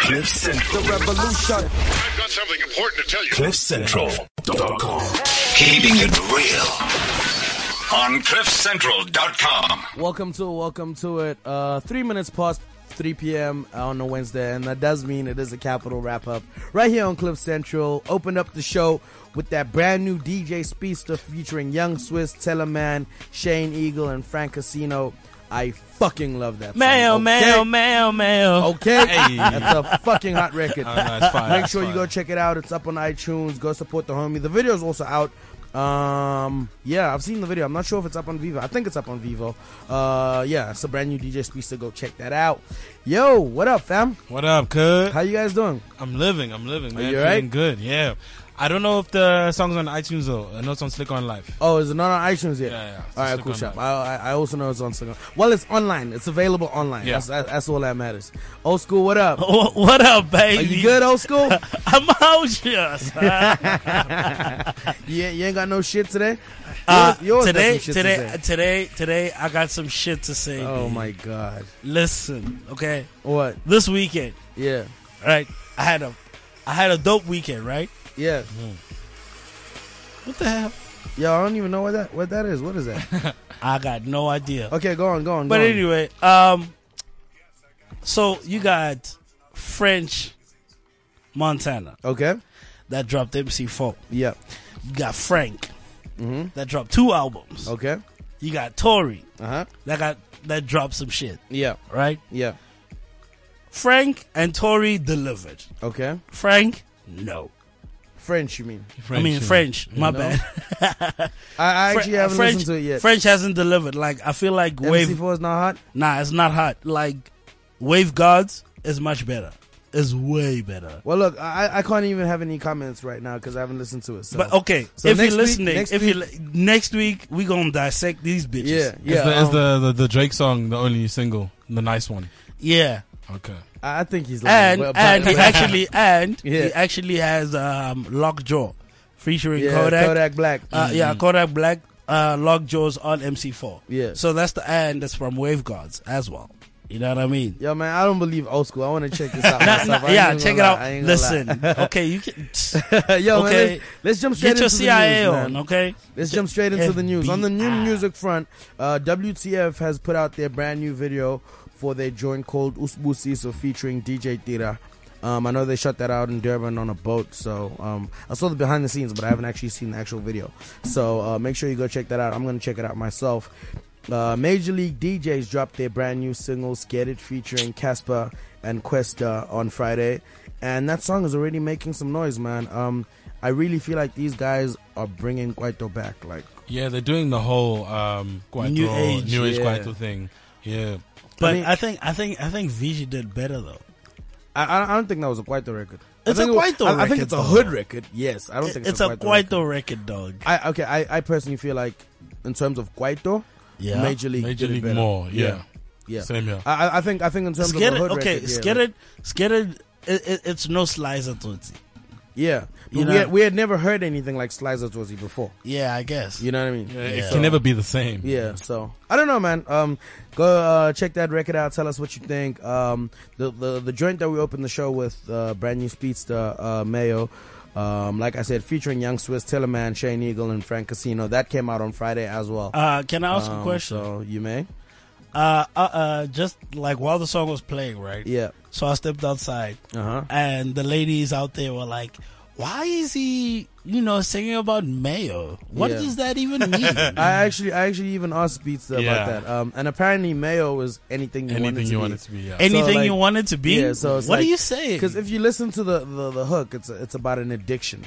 The revolution. I've got something important to tell you. CliffCentral.com. Keeping it real on CliffCentral.com. Welcome to welcome to it. Uh, three minutes past 3 p.m. on a Wednesday, and that does mean it is a capital wrap up right here on Cliff Central. Opened up the show with that brand new DJ Speedster featuring Young Swiss, Teleman, Shane Eagle, and Frank Casino. I fucking love that. song, okay? Mail, Oh. mail, mail, mail. Okay, that's a fucking hot record. That's Oh, fine. Make sure you go check it out. It's up on iTunes. Go support the homie. The video's also out. Um, yeah, I've seen the video. I'm not sure if it's up on Vivo. I think it's up on Vivo. Uh, yeah, it's a brand new DJ Speedster. Go check that out. Yo, what up, fam? What up, cuz? How you guys doing? I'm living. I'm living, man. you Feeling alright? good. Yeah. I don't know if the song's on iTunes though. I know it's on Slick on Live. Oh, is it not on iTunes yet? Yeah, yeah. It's All right, still cool on shop. there. I, I I also know it's on Instagram. Well, it's online. It's available online. Yeah. That's, that, that's all that matters. Old school, what up? Wha- What up, Are Oh, baby? you good, old school? I'm out here. son. you, ain't- you ain't got no shit today. Uh, Yours- yours got today, some shit today, to say. today, today, I got some shit to say. Oh B. my god. Listen, okay. What? This weekend, Yeah. right? I had a, I had a dope weekend, right? Yeah. What the hell? Yo, I don't even know what that what that is. What is that? I got no idea. Okay, go on, go on. But go on. anyway, um, so you got French Montana Okay. that dropped MC4. Yeah. You got Frank Mm-hmm. that dropped two albums. Okay. You got Tory Uh huh. that got that dropped some shit, Yeah. right? Yeah. Frank and Tory delivered. Okay. Frank, no. French, you mean? I mean French. My bad. I, I Fre- actually haven't French, listened to it yet. French hasn't delivered. Like I feel like Wave. MC4 is not hot. Nah, it's not hot. Like Wave Gods is much better. Is way better. Well, look, I, I can't even have any comments right now because I haven't listened to it. So. But okay, So if you're next week- listening, next if you li- next week we gonna dissect these yeah, bitches. yeah. is the, is um, the, the the Drake song the only single, the nice one? Yeah, Okay. I I think he's lying. and Well, but- and he but- actually and Yeah. he actually has um Lockjaw featuring yeah, Kodak. Black. Uh, yeah, Kodak Black. Uh, Lockjaw's on MC4. Mm-hmm. Yeah. So that's the and that's from Wave Gods as well. You know what I mean? Yo, man, I don't believe old school. I want to check this out. Nah, myself. nah, I ain't yeah, gonna check it lie. out. I ain't gonna lie. Listen, okay, you can Yo, man, Okay. let's, let's jump straight get your into CIA the news, man. on, okay? Ah, Let's jump straight into the news. On the new FBI. music front, uh, WTF has put out their brand new video for their joint called Usbusiso featuring DJ Tira. Um, I know they shot that out in Durban on a boat, so um, I saw the behind the scenes, but I haven't actually seen the actual video. So uh, make sure you go check that out. I'm going to check it out myself. Uh, Major League DJs dropped their brand new single "Get It" featuring Casper and Questa on Friday, and that song is already making some noise, man. Um, I really feel like these guys are bringing Guaito back. Like, Yeah, they're doing the whole um Guaito, New Age, new age yeah. Guaito thing. Yeah. But I, mean- think I think I think Vigi did better though. I, I I don't think that was a Guaito record. I It's a think it was- Kwaito I, I think record, it's a though. hood record. Yes, I don't think it's, It's a Kwaito Guaito record, dog. record. I okay. I, I personally feel like in terms of Guaito, Yeah. Major League, Major did it League better. more. Yeah. yeah. Same here. I, I- I think I think in terms of a Scared, hood okay, record, yeah, scared, scared. It, it, it's no slice at all. Yeah, But You we know- had, we had never heard anything like Slizer Twizzy before. Yeah, I guess. You know what I mean? Yeah, Yeah. It can never be the same. Yeah, so I don't know, man. Um, go uh, check that record out. Tell us what you think. Um, the the, the joint that we opened the show with, uh, brand new speedster uh, Mayo. Um, like I said, featuring Young Swiss, Teleman, Shane Eagle, and Frank Casino. That came out on Friday as well. Uh, can I ask a Um, question? So you may, Uh, uh, uh, just like while the song was playing, right? yeah, So I stepped outside, uh huh, and the ladies out there were like, "Why is he, you know, singing about mayo? What Yeah. does that even mean?" I actually, I actually even asked Speedster Yeah. about that. Um, and apparently Mayo was anything you wanted Anything to you be. want it to be. Yeah. Anything like- you wanted to be? Yeah, so it's like- what do you say? Because if you listen to the, the, the hook, it's it's about an addiction.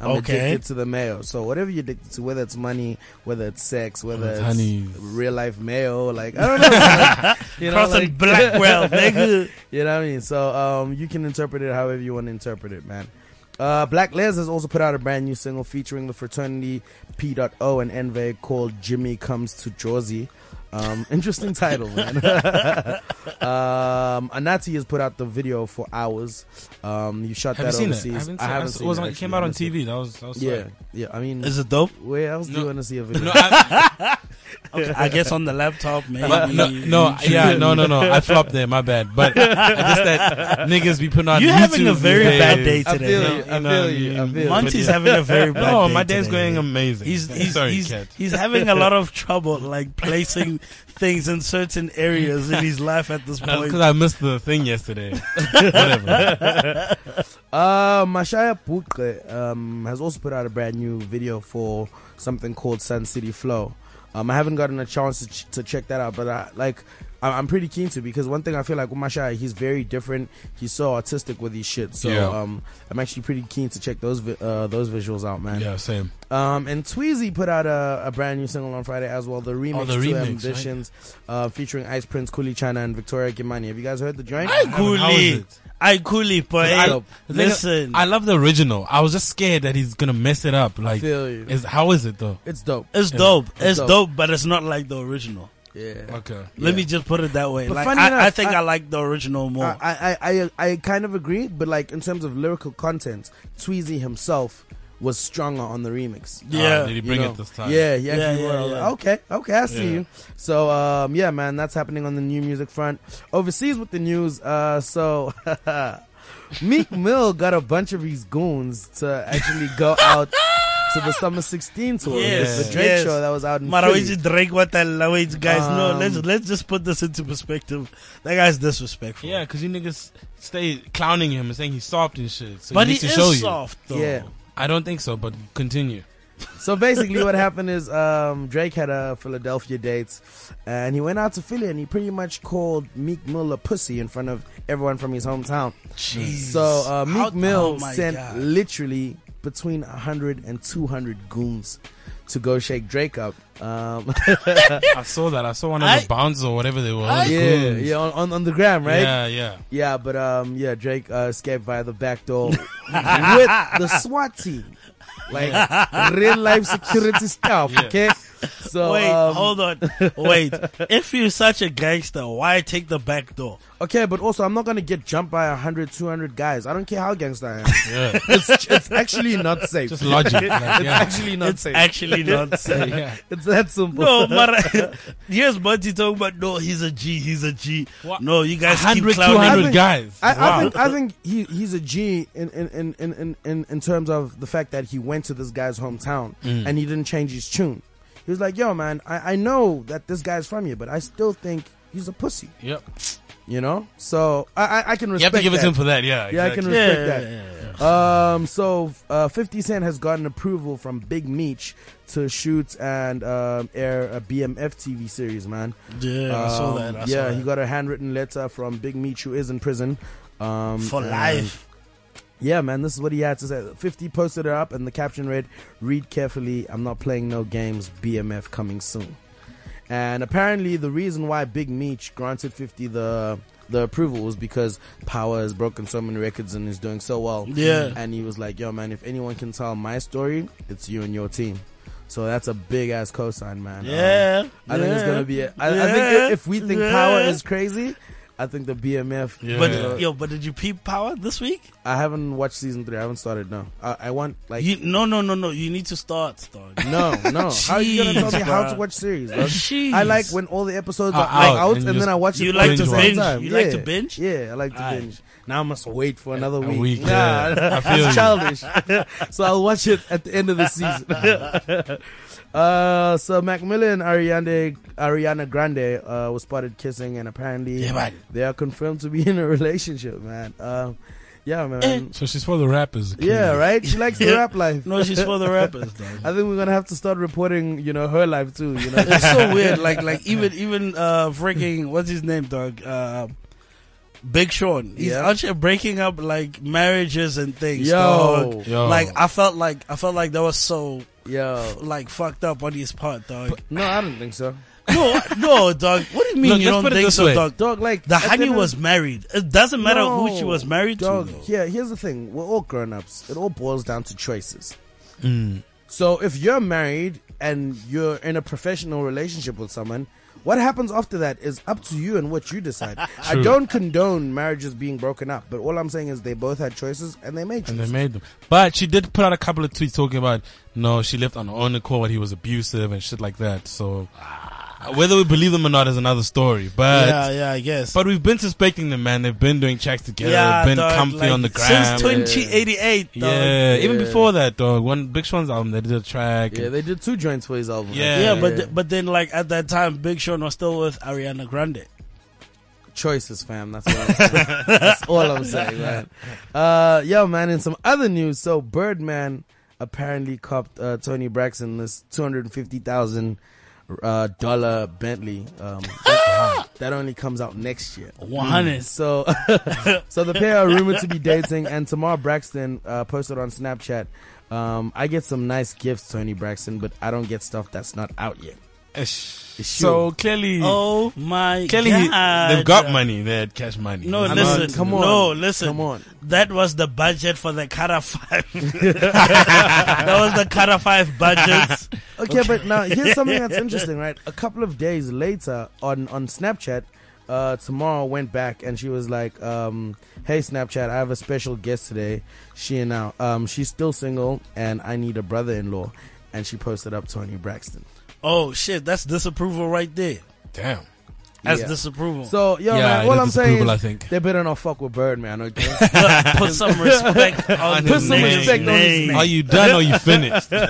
I'm Okay. addicted to the mayo. So whatever you're addicted to, whether it's money, whether it's sex, whether it's it's, honey. real life mayo, like I don't know, like, you know, Crossing like- Blackwell, nigga. you know what I mean? So um, you can interpret it however you want to interpret it, man. Uh, Black Les has also put out a brand new single featuring the fraternity P.O. and Envy called Jimmy Comes to Jersey. Um, interesting title, man. um, Anati has put out the video for hours. Um, you shot Have you that seen it? overseas. I haven't seen it. was on- It actually, came out on honestly. TV. That was, that was Yeah, sick. yeah. I mean, Is it dope? where else do you No. want to see a video? No, I, Okay, I guess on the laptop, maybe. no, no, yeah, no, no, no. I flopped there. My bad. But it's just that niggas be putting on. You're having a YouTubes very these bad days. day I today. feel you. I feel you. I feel you. Monty's having a very bad No, day my day's today, going man. amazing. He's he's sorry, he's, cat. he's having a lot of trouble like placing things in certain areas in his life at this point. Because I missed the thing yesterday. Whatever. Uh, Mashaya Pukle um, has also put out a brand new video for something called Sun City Flow. Um, I haven't gotten a chance to, ch- to check that out, but I, like I- I'm pretty keen to because one thing I feel like with Mashaya, he's very different. He's so artistic with his shit, so Yeah. um, I'm actually pretty keen to check those vi- uh, those visuals out, man. Yeah, same. Um, and Tweezy put out a, a brand new single on Friday as well, the remix Oh, the to remix, right? Ambitions, uh, featuring Ice Prince, Coolie China, and Victoria Gimani. Have you guys heard the joint? I How is coolly, it? I coolly, but I- hey, the Nigga, listen, I love the original. I was just scared that he's gonna mess it up. Like, feel you. is how is it though? It's dope. it's dope, it's, dope. dope. but it's not like the original. Yeah. Okay. Let me just put it that way. But Like, funny I, enough, I think I- I, like the original more. Oh. I, I, I, I kind of agree, but like in terms of lyrical content, Tweezy himself was stronger on the remix. yeah, Ah, did he You bring know? it this time? Yeah, yeah, Yeah, yeah, yeah, yeah. Okay, okay, I see Yeah. you. So, um, yeah, man, that's happening on the new music front. Overseas with the news, uh, so Meek Mill got a bunch of his goons to actually go out to the Summer 16 tour, Yes, the Drake yes. show that was out in Mara, we Philly. just drink what the wait, guys. no, Um, let's let's just put this into perspective. That guy's disrespectful. Yeah, because you niggas stay clowning him and saying he's soft and shit. So but he he needs to show is soft though. Yeah. you. I don't think so. But continue. So basically, what happened is um, Drake had a Philadelphia date, and he went out to Philly, and he pretty much called Meek Mill a pussy in front of everyone from his hometown. Jeez. So uh, Meek How- Mill oh my sent God. literally between 100 and 200 goons to go shake Drake up. Um, I saw that. I saw one of I- the bouncers or whatever they were. I- the yeah, goons. yeah, on, on, on the gram, right? Yeah, yeah. Yeah, but um, yeah, Drake uh, escaped via the back door with the SWAT team, like real life security staff. Okay, so Wait, um, hold on. Wait, if you're such a gangster, why take the back door? Okay, but also I'm not gonna get jumped by 100, 200 guys. I don't care how gangster I am. Yeah. It's, it's actually not safe. Just logic. Like, yeah. actually not it's safe. actually not safe. yeah. it's that simple. No, but here's Monty talking about no, he's a G, he's a G. What? No, you guys keep 100, clowning. 200 him. guys. I, Wow. I think I think he he's a G in in, in, in, in, in in terms of the fact that he went to this guy's hometown Mm. and he didn't change his tune. He was like, "Yo, man, I, I know that this guy's from here, but I still think he's a pussy." Yep. You know, so I I, I can You respect. have to give it that. to him for that. Yeah. Yeah, I exactly. can Yeah, respect yeah, that. yeah, Um, so uh, 50 Cent has gotten approval from Big Meech to shoot and um, air a BMF TV series, man. Yeah, I saw Um, that. I saw yeah, that. he got a handwritten letter from Big Meech, who is in prison. Um, for and- life. Yeah, man, this is what he had to say. 50 posted it up, and the caption read, Read carefully, I'm not playing no games, BMF coming soon. And apparently, the reason why Big Meech granted 50 the. The approval was because Power has broken so many records and is doing so well. Yeah. And he was like, yo, man, if anyone can tell my story, it's you and your team. So that's a big ass cosign, man. Um, Yeah, I think it's yeah. going to be it. I, I think Yeah. if, if we think Power Yeah. is crazy, I think the BMF. Yeah. But Yeah. yo, but did you peep Power this week? I haven't watched season three. I haven't started, no. I, I want, like. You, no, no, no, no. You need to start, dog. No, no. how are you gonna tell me Jeez, how bruh. to watch series? bro? Jeez. I like when all the episodes are, Are like, out out, and and, you then I watch You it. like all at to the same binge? time. You yeah. like to binge? Yeah, I like to Aight. binge. Now I must wait for another A week. week, Nah, yeah. I feel that's you. childish. so I'll watch it at the end of the season. uh, so Macmillan Ariana Ariana Grande uh, was spotted kissing, and apparently Yeah, man. they are confirmed to be in a relationship, man. Um, yeah, man. So she's for the rappers. Yeah, right. She likes the Yeah. rap life. No, she's for the rappers, dog. I think we're gonna have to start reporting, you know, her life too. You know, It's so weird. Like like even even uh freaking what's his name, dog? Uh, Big Sean. He's Yeah. out here breaking up like marriages and things. Yo. dog. Yo. Like I felt like I felt like that was so yo. like fucked up on his part, dog. No, I don't think so. no, no, dog. What do you mean Look, you let's don't put it think this so, way. dog? Dog, like The at the honey end of- was married. It doesn't matter who No, she was married dog. to. though. Yeah, here's the thing: we're all grown ups. It all boils down to choices. Mm. So if you're married and you're in a professional relationship with someone. What happens after that is up to you and what you decide. I don't condone marriages being broken up, but all I'm saying is they both had choices and they made And choices. they made them. But she did put out a couple of tweets talking about no, she left on her own accord. He was abusive and shit like that. So Ah. Whether we believe them or not is another story. But yeah, yeah, I guess. but we've been suspecting them, man. They've been doing checks together. been dog, comfy like, on the gram. Since 2088, dog. yeah, even Yeah. before that, dog. One Big Sean's album, they did a track. Yeah, and- they did two joints for his album. Yeah. Yeah, but Yeah. th- but then like at that time, Big Sean was still with Ariana Grande. choices, fam. That's what I'm saying. That's all I'm saying, man. Uh, yo, man. In some other news, so Birdman apparently copped uh, Tony Braxton this two hundred and fifty thousand uh, dollar Bentley. Um, that, that only comes out next year. Mm. 100. So, so the pair are rumored to be dating, and Tamar Braxton uh, posted on Snapchat. Um, I get some nice gifts, Tony Braxton, but I don't get stuff that's not out yet. So clearly, Oh my clearly he- god! they've got money. They had cash money. No, It's listen. not- come on, No, listen. come on. That was the budget for the Cara Five. that was the Cara Five budget. Okay, but now here's something that's interesting, right? A couple of days later on on Snapchat, uh, Tamara went back and she was like, um, "Hey Snapchat, I have a special guest today. She and now um, she's still single, and I need a brother-in-law." And she posted up Tony Braxton. Oh shit! That's disapproval right there. Damn. That's Yeah. disapproval. So So yo, Yeah, man, it all is I'm saying is disapproval, I think. they better not fuck with Bird, man. Okay? put some respect on Put his some name. respect on his name. Are you done or you finished? All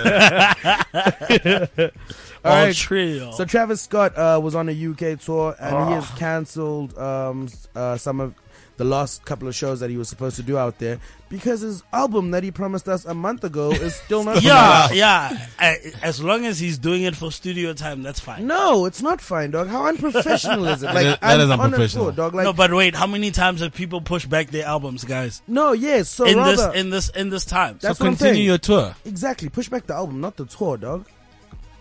right. trio. So Travis Scott uh, was on a UK tour and he Ah. has cancelled um, s- uh, some of the last couple of shows that he was supposed to do out there because his album that he promised us a month ago is still not. yeah, yeah. I- As long as he's doing it for studio time, that's fine. No, it's not fine, dog. How unprofessional is it? Like is- that I'm is on a unprofessional. tour, dog. Like no, but wait, how many times have people pushed back their albums, guys? no, yes. So In rather, this, in this, in this time. that's so what I'm saying. continue your tour. exactly. Push back the album, not the tour, dog.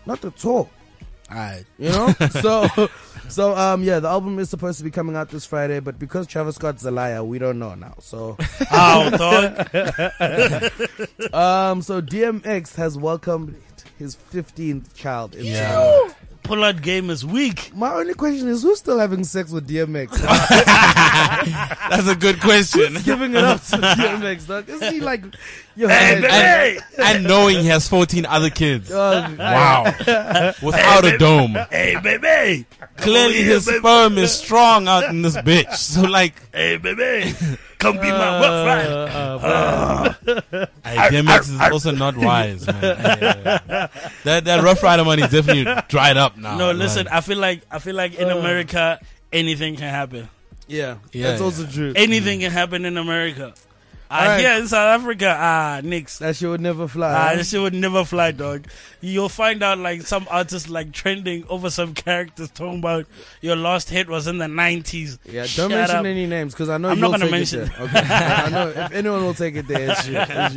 Not the tour. All right. You know? so so um yeah, the album is supposed to be coming out this Friday, but because Travis Scott's a liar, we don't know now. So Ow, dog. um so DMX has welcomed his fifteenth child into the world. Yeah. Pull out game is weak. My only question is who's still having sex with DMX? That's a good question. Giving it up to DMX, dog. Isn't he like yo, man, And, and knowing he has 14 other kids. dog, Wow. Without a dome. Hey, baby. Clearly his sperm is strong out in this bitch. So like, Hey, baby. Come be my work friend. DMX is also not wise, man. Yeah, yeah, yeah. That that Rough Rider money is definitely dried up now. No, Like, listen. I feel like I feel like in Uh. America, anything can happen. Yeah. Yeah, That's yeah. also true. Anything can happen in America. Ah, Alright. Uh. here in South Africa, ah, nix. That shit would never Ah, fly. this shit would never fly, dog. You'll find out like some artists like trending over some characters talking about your last hit was in the nineties. yeah, don't mention any names because I know I'm you'll not gonna take mention- it there. Okay. I know if anyone will take it there, it's you. It's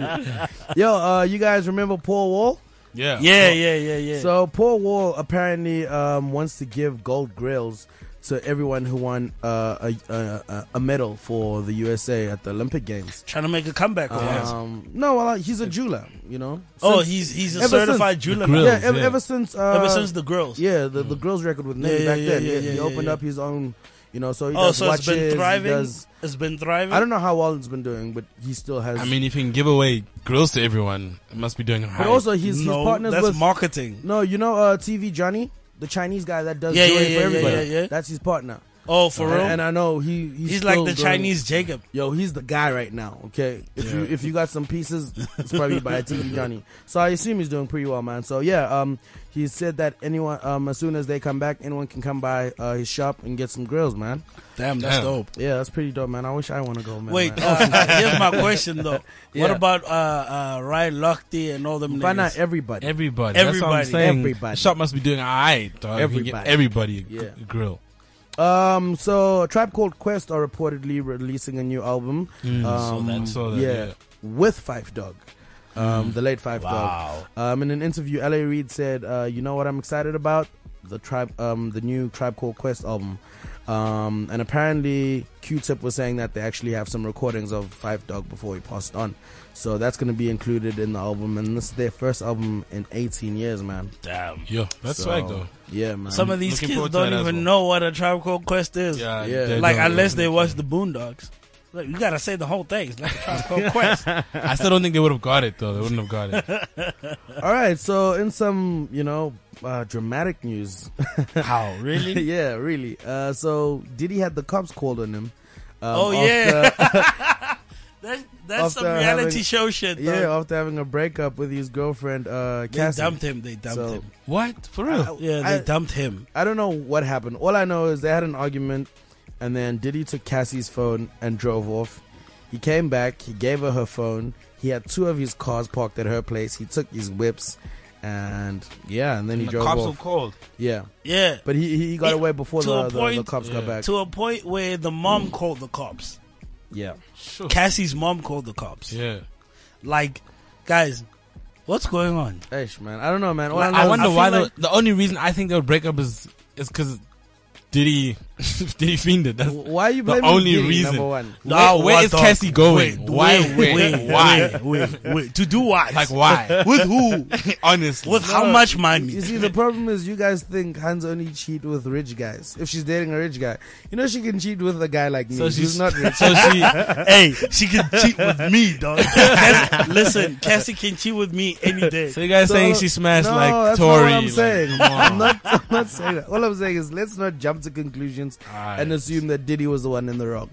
you. Yo, uh, you guys remember Paul Wall? Yeah. Yeah, yeah, yeah, yeah. So Paul Wall apparently um, wants to give gold grills to everyone who won uh, a, a a medal for the USA at the Olympic Games. trying to make a comeback. or what? Um, no, well, he's a jeweler, you know. oh, Since- he's he's a ever since certified the jeweler. now. grill. yeah, ever, yeah. ever since uh, Ever since the girls. yeah the the grills record with Nene Yeah, yeah, back yeah, then. yeah, Yeah, yeah, he yeah, opened yeah. up his own, you know. So he Oh, does so watches. it's been he thriving. does- it's been thriving. I don't know how Wallen's been doing, but he still has. I mean, if you can give away grills to everyone, it must be doing high. but also he's he's no, partners that's with marketing. no, you know, uh, TV Johnny, the Chinese guy that does Yeah, jewelry yeah, yeah, for yeah, everybody. yeah, yeah. That's his partner. Oh, for And- real? And I know he he's, he's like still the doing- Chinese Jacob. Yo, he's the guy right now. Okay, if you if you got some pieces, it's probably by a TV Johnny. So I assume he's doing pretty well, man. So yeah, um, he said that anyone, um, as soon as they come back, anyone can come by uh, his shop and get some grills, man. Damn, that's Damn. dope. Yeah, that's pretty dope, man. I wish I want to go, man. Wait, man. uh, here's my question though. What Yeah. about uh, uh, Ryan Lochte and all them why not niggas? everybody? Everybody. That's what I'm Everybody. saying. Everybody. The shop must be doing all right. Dog. Everybody. Everybody. everybody a gr- Yeah. grill. Um, so a Tribe Called Quest are reportedly releasing a new album. um, that. Saw that, yeah. Mm. with Five Dog. Um, the late Five Wow. Dog. Um, in an interview, La Reid said, uh, "You know what I'm excited about? The tribe, um, the new Tribe Called Quest album." Um, and apparently, Q-Tip was saying that they actually have some recordings of Five Dog before he passed on. So that's going to be included in the album, and this is their first album in 18 years, man. Damn. Yo, that's So, swag though. Yeah, man. Some of these looking kids forward to that don't as even well. know what a Tribe Called Quest is. Yeah. Yeah. they Like don't- unless they watch the Boondocks. Look, you gotta say the whole thing. It's like a Tribe Called Quest. I still don't think they would have got it though. They wouldn't have got it. All right, so in some, you know, uh, dramatic news. How really? yeah, really. Uh, so Diddy had the cops called on him. Um, Oh, yeah. after- That's, that's some After reality having- show shit. Though. yeah, after having a breakup with his girlfriend, uh, they Cassie. dumped him. They dumped So- him. What for real? Yeah, they I- dumped him. I don't know what happened. All I know is they had an argument, and then Diddy took Cassie's phone and drove off. He came back. He gave her her phone. He had two of his cars parked at her place. He took his whips, and yeah, and then he The drove cops off. were called. yeah, Yeah. but he he got It- away before to the, a the, the point- cops got yeah. back. to a point where the mom called the cops. yeah, Sure. Cassie's mom called the cops. Yeah. Like, guys, what's going on? Ish, man. I don't know, man. All I, know I is- wonder I why feel the, the only reason I think they would break up is is because Diddy Diddy fiended. That's why are you the blaming only Diddy, reason. Number one. Where- where what is the- Cassie going? why? Where, why? Wait, wait, wait. To do what? Like why? With who? Honestly. With how much money? You see, the problem is you guys think Hans only cheat with rich guys. If she's dating a rich guy, you know she can cheat with a guy like me. so who's she's not rich. So she hey, she can cheat with me, dog. Cass- listen, Cassie can cheat with me any day. So you guys So- saying she smashed No, like that's Tory? not what I'm like, saying. come on. I'm not, I'm not saying that. All I'm saying is let's not jump to conclusions Alright. and assume that Diddy was the one in the wrong.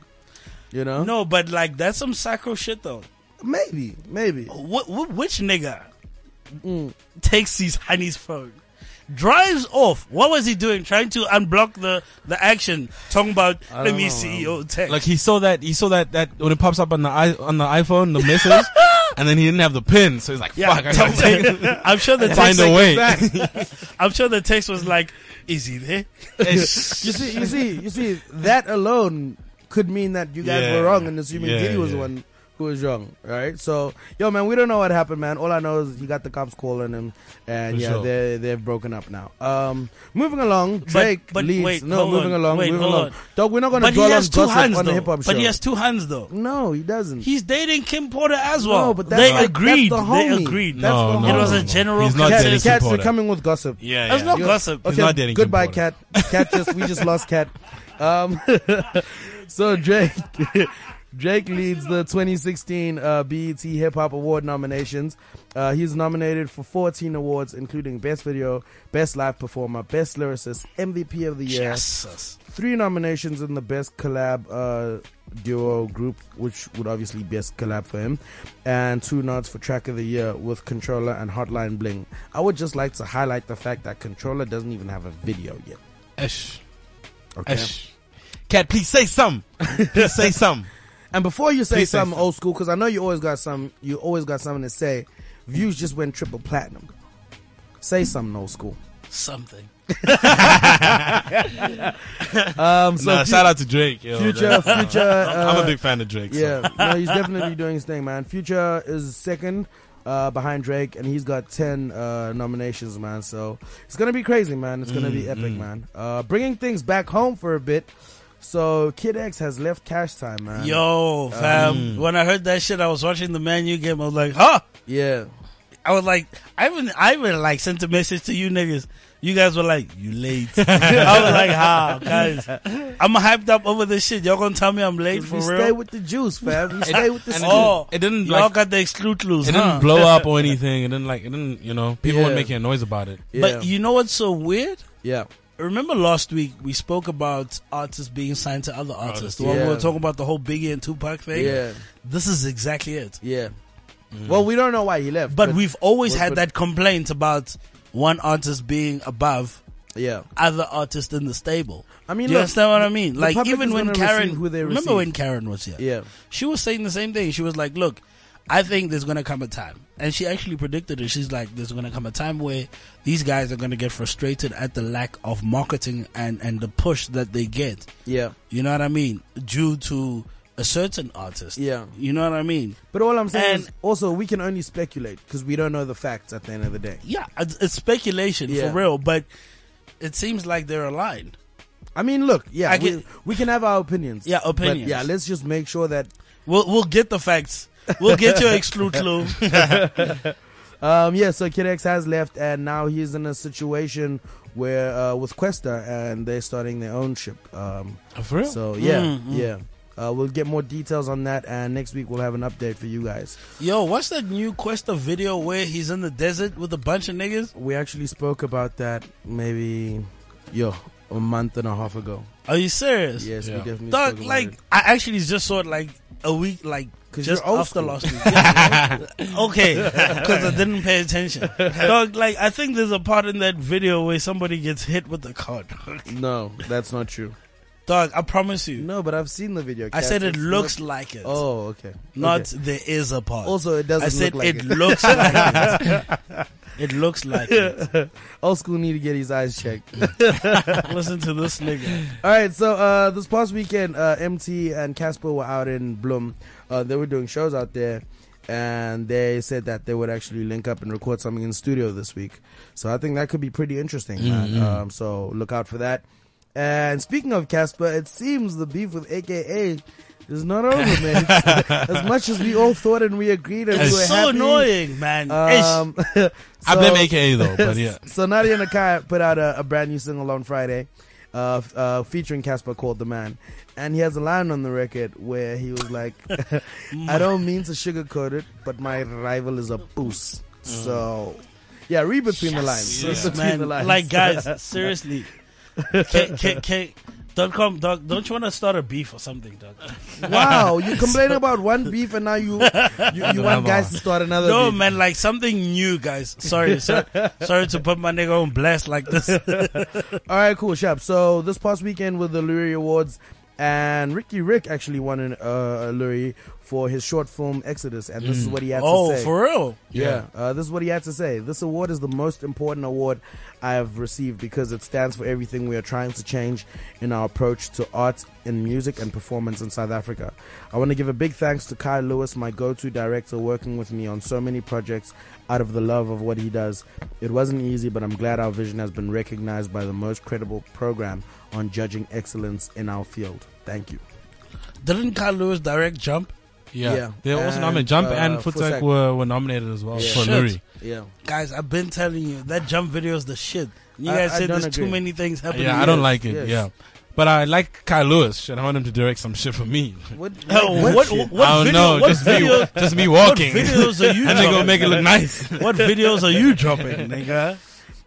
You know? No, but like that's some psycho shit though. Maybe, maybe. Wh- wh- which nigga Mm. takes his honey's phone, drives off? What was he doing? Trying to unblock the the action. Talking about I let don't me know, see your text. Like he saw that he saw that that when it pops up on the i on the iPhone the message, and then he didn't have the pin, so he's like, yeah, "Fuck, I gotta tell me. take, I'm sure the find text. a way." I'm sure the text was like, "Is he there?" You see, you see, you see, that alone could mean that you guys Yeah. were wrong and assuming Yeah, Diddy was the yeah. one who was wrong, right? So, yo, man, we don't know what happened, man. All I know is he got the cops calling him, and For yeah, sure. they're they're broken up now. Um, moving along, Drake but leads. wait, no, hold moving on, along, wait, moving hold along. on. Dog, we're not gonna But he dwell on has two gossip hands on the though. hip hop show. But he has two hands though. no, he doesn't. He's dating Kim Porter as well. No, but that's they the- that's agreed. the They homie. agreed. That's no, the Oh, no, whole- it was no, a no. general He's not consent. dating Cat, cats are Porter. coming with gossip. Yeah, That's yeah. not Yo, gossip. Okay, He's not dating Kim goodbye, Porter. cat. Cat just we just lost cat. Um, so Drake, Drake leads the 2016 uh, BET Hip Hop Award nominations. Uh, he's nominated for 14 awards, including Best Video, Best Live Performer, Best Lyricist, MVP of the Year, Jesus. three nominations in the Best Collab uh, Duo Group, which would obviously Best Collab for him, and two nods for Track of the Year with Controller and Hotline Bling. I would just like to highlight the fact that Controller doesn't even have a video yet. Esh, Okay. esh. Cat, please say some. Please say some. And before you say Please say some something. old school, because I know you always got some, you always got something to say. Views just went triple platinum. Say something old school. Something. Um, so nah, Fu- shout out to Drake. Yo, future, That- future. I'm uh, a big fan of Drake. so. Yeah, no, he's definitely doing his thing, man. Future is second uh, behind Drake, and he's got ten uh, nominations, man. So it's gonna be crazy, man. It's gonna Mm, be epic, man. Uh, bringing things back home for a bit. So Kid X has left Cash Time, man. Yo, fam. Um. When I heard that shit, I was watching the Man U game. I was like, huh? Yeah, I was like, I even, I even like sent a message to you niggas. You guys were like, you late. I was like, how, guys? I'm hyped up over this shit. Y'all gonna tell me I'm late we for stay real? with the juice, fam. We stay with the and juice. it Oh, didn't- it didn't, Y'all like- got the exclude loose, It huh? didn't blow up or anything. It didn't like. It didn't. You know, people Yeah. weren't making a noise about it. yeah. But you know what's so weird? yeah, Remember last week we spoke about artists being signed to other artists. The one Yeah. we were talking about the whole Biggie and Tupac thing. yeah, This is exactly it. yeah. Well, we don't know why he left, Mm. But, we've always but- had but- that complaint about one artist being above yeah. other artists in the stable. I mean, Do you look, understand what I mean? the Like public even is when gonna Karen, receive who they remember receive. when Karen was here? Yeah. she was saying the same thing. She was like, "Look, I think there's gonna come a time," and she actually predicted it. She's like, "There's gonna come a time where these guys are gonna get frustrated at the lack of marketing and and the push that they get." yeah. You know what I mean? Due to a certain artist. Yeah. You know what I mean? But all I'm saying And- is, also, we can only speculate because we don't know the facts at the end of the day. Yeah, it's it's speculation Yeah. for real, but it seems like they're aligned. I mean, look, yeah, I we, get- we can have our opinions. Yeah, but opinions. yeah, let's just make sure that. We'll we'll get the facts. We'll get your exclude clue. Um, yeah, so Kid X has left, and now he's in a situation where uh, with Questa, and they're starting their own ship. Um, For real. mm, Mm-hmm. so yeah, yeah. Uh, we'll get more details on that, and next week we'll have an update for you guys. Yo, what's that new Questa video where he's in the desert with a bunch of niggas? We actually spoke about that maybe, yo, a month and a half ago. Are you serious? Yes, we Yeah. definitely Dog, spoke about like it. I actually just saw it like a week, like 'Cause just you're old after school. last week. Yeah, you're old- okay, because I didn't pay attention. Dog, like I think there's a part in that video where somebody gets hit with a car. No, that's not true. Dog, I promise you. No, but I've seen the video. I said it It's looks not- like it. Oh, okay. Not Okay. there is a part. Also, it doesn't I said look like it it. looks like it. It looks like it. Old school need to get his eyes checked. Listen to this nigga. All right, so uh, this past weekend, uh, MT and Casper were out in Bloom. Uh, they were doing shows out there, and they said that they would actually link up and record something in the studio this week. So I think that could be pretty interesting, Mm-hmm. man. Um, so look out for that. And speaking of Casper, it seems the beef with AKA is not over, man. as much as we all thought and we agreed, and we It's were so happy, annoying, man. Ish. Um, I blame so- AKA though, but yeah. so Nadia Nakai put out a, a brand new single on Friday, uh, f- uh, featuring Casper called "The Man," and he has a line on the record where he was like, "I don't mean to sugarcoat it, but my rival is a boos." So, yeah, read between the lines. Read between man. the lines. Like guys, seriously. K K K dot com dog, don't you wanna start a beef or something, dog? wow, you complain about one beef and now you you, you want Another guys one. to start another. No beef. man, like something new, guys. Sorry, sorry, sorry to put my nigga on blast like this. All right, cool, Shep. So this past weekend with the Lurie Awards, and Ricky Rick actually won an uh, a Lurie for his short film Exodus, and this is what he had oh, to say. for real? Yeah, uh, this is what he had to say. This award is the most important award I have received because it stands for everything we are trying to change in our approach to art and music and performance in South Africa. I want to give a big thanks to Kai Lewis, my go to director, working with me on so many projects out of the love of what he does. It wasn't easy, but I'm glad our vision has been recognized by the most credible program on judging excellence in our field. Thank you. Didn't Carl Lewis direct jump? Yeah. Yeah. They were also And, nominated. Jump uh, and Futsak. Futsak were, were nominated as well for Shit. Lurie. Yeah. Guys, I've been telling you that jump video is the shit. You I- guys I said don't there's too agree. many things happening. Yeah, I don't like it. yes. Yeah. But I like Kai Lewis. Shit, I want him to direct some shit for me. What, Oh, what- what, shit? what, what I don't video, know. what, just me, video, just me what walking, and videos are you they gonna make dropping? it look nice. What videos are you dropping, nigga?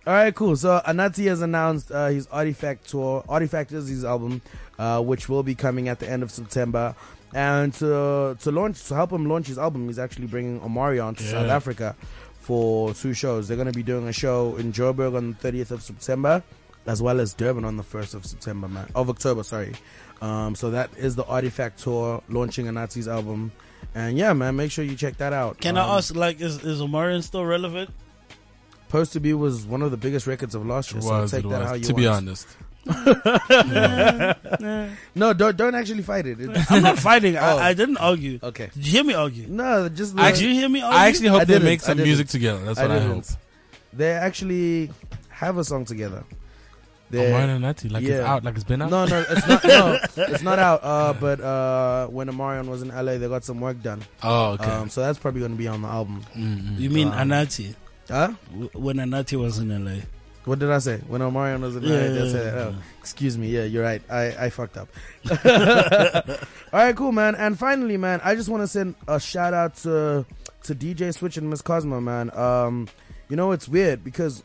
All right, cool. So Anati has announced uh, his Artifact tour. Artifact is his album, uh, which will be coming at the end of September. And to to launch to help him launch his album, he's actually bringing Omari on to South Africa for two shows. They're going to be doing a show in Joburg on the 30th of September, as well as Durban on the 1st of September, man, of October. Sorry. Um, so that is the Artifact tour launching Anati's album, and yeah, man, make sure you check that out. Can Um, I ask, like, is, is Omarion still relevant? Supposed to be was one of the biggest records of last year. so was, take it that was, how you to be want. honest. No, don't don't actually fight it. It's- I'm not fighting. Oh. I, I didn't argue. okay. Did you hear me argue? No, just the, Did you hear me argue? I actually Oh, I hope they didn't, make I some didn't. music together. That's I what I hope. didn't. they actually have a song together. They- Omar and Nati, Oh, like it's yeah. out, like it's been out. no, no, it's not. No, it's not out. Uh, but uh, when Amarion was in LA, they got some work done. Oh, okay. Um, so that's probably gonna be on the album. You mean Anati? Huh? W- When Anati was in LA. What did I say? When Omarion was in Yeah, LA, they yeah, said, yeah. oh, excuse me. Yeah, you're right. I, I fucked up. All right, cool, man. And finally, man, I just want to send a shout out to to DJ Switch and Miss Cosmo, man. Um, you know it's weird because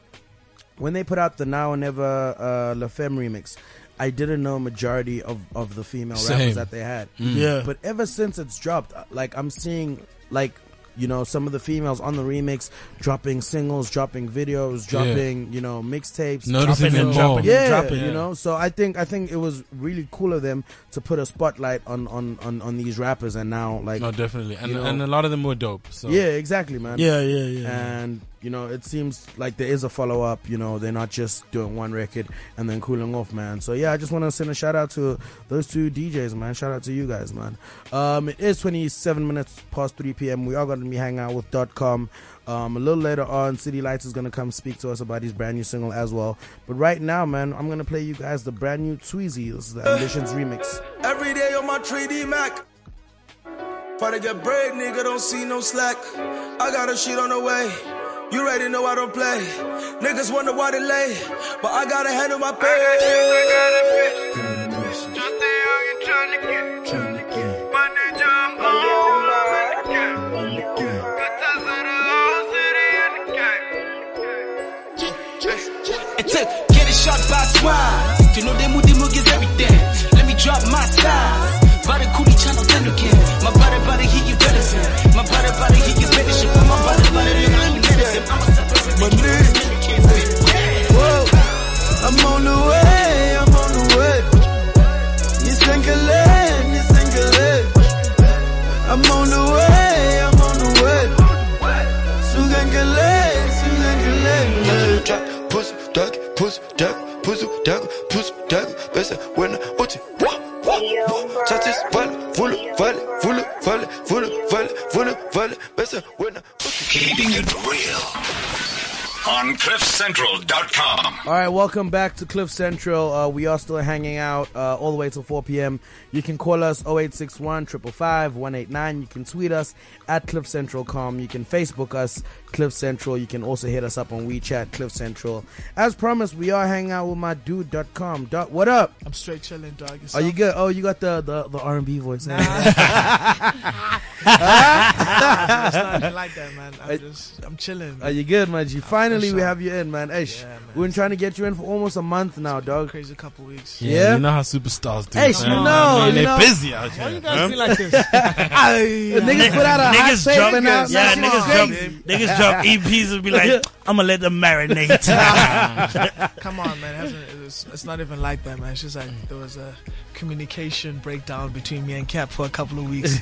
when they put out the Now or Never uh, La Femme remix, I didn't know majority of of the female Same. rappers that they had. Yeah. But ever since it's dropped, uh, like I'm seeing like you know some of the females on the remix dropping singles, dropping videos, dropping you know mixtapes, Noticing dropping them it, more. dropping it. yeah, drop you yeah. know. So I think I think it was really cool of them to put a spotlight on on on, on these rappers, and now like No, definitely. And You know- and a lot of them were dope. So yeah, exactly, man. Yeah, yeah, yeah. And you know, it seems like there is a follow up. You know, they're not just doing one record and then cooling off, man. So yeah, I just want to send a shout out to those two DJs, man. Shout out to you guys, man. Um, it is 27 minutes past 3 p.m. We are going to be hanging out with dot .com. Um, a little later on, City Lights is going to come speak to us about his brand new single as well. But right now, man, I'm going to play you guys the brand new Tweezy. This is the Ambitions remix. Every day on my 3D Mac. Try to get bread, nigga, don't see no slack. I got a shit on the way. You already know I don't play. Niggas wonder why they lay, but I gotta handle my pay. Just stay out here trying to get, trying to get. they shot by squad. You know they move, they move is everything. Let me drop my size. Body cootie channel tenderkin. My body body hit you medicine. My body body hit you medicine. My body body hit you medicine. I'm a separate My nigga. Whoa, I'm on the way, I'm on the way. You single in, you single in. I'm on the way, I'm on the way. Sugangale, sugangale. pussy duck, pussy duck, pussy duck, pussy duck, best when uthi wa wa wa. thathi isivalo vule vale vule vale vule vale vule vale best when Keeping it real on CliffCentral.com. All right, welcome back to Cliff Central. Uh, we are still hanging out uh, all the way till 4 p.m. You can call us 0861 555 189. You can tweet us at Cliff CliffCentral.com. You can Facebook us, Cliff Central. You can also hit us up on WeChat, Cliff Central. As promised, we are hanging out with my dude.com. Dot, what up? I'm straight chilling, dog. Yourself? Are you good? Oh, you got the, the, the R&B voice. eh? Nah, it's not even like that, man. I'm just, I'm chilling. Are you good, man? G? Finally, for we sure. have you in, man. Ish, Yeah, man. we've been trying to get you in for almost a month now, dog. Crazy couple weeks. Yeah. You know how superstars do. Ish, you man. know, Man, you know. They're busy out Why you here. guys be like this? The niggas put out a hot Niggas tape drop, and now now yeah, she's niggas drop, crazy. niggas drop EPs and be like, I'm gonna let them marinate. Come on, man. It hasn't- It's, it's not even like that, man. It's just like there was a communication breakdown between me and Cap for a couple of weeks,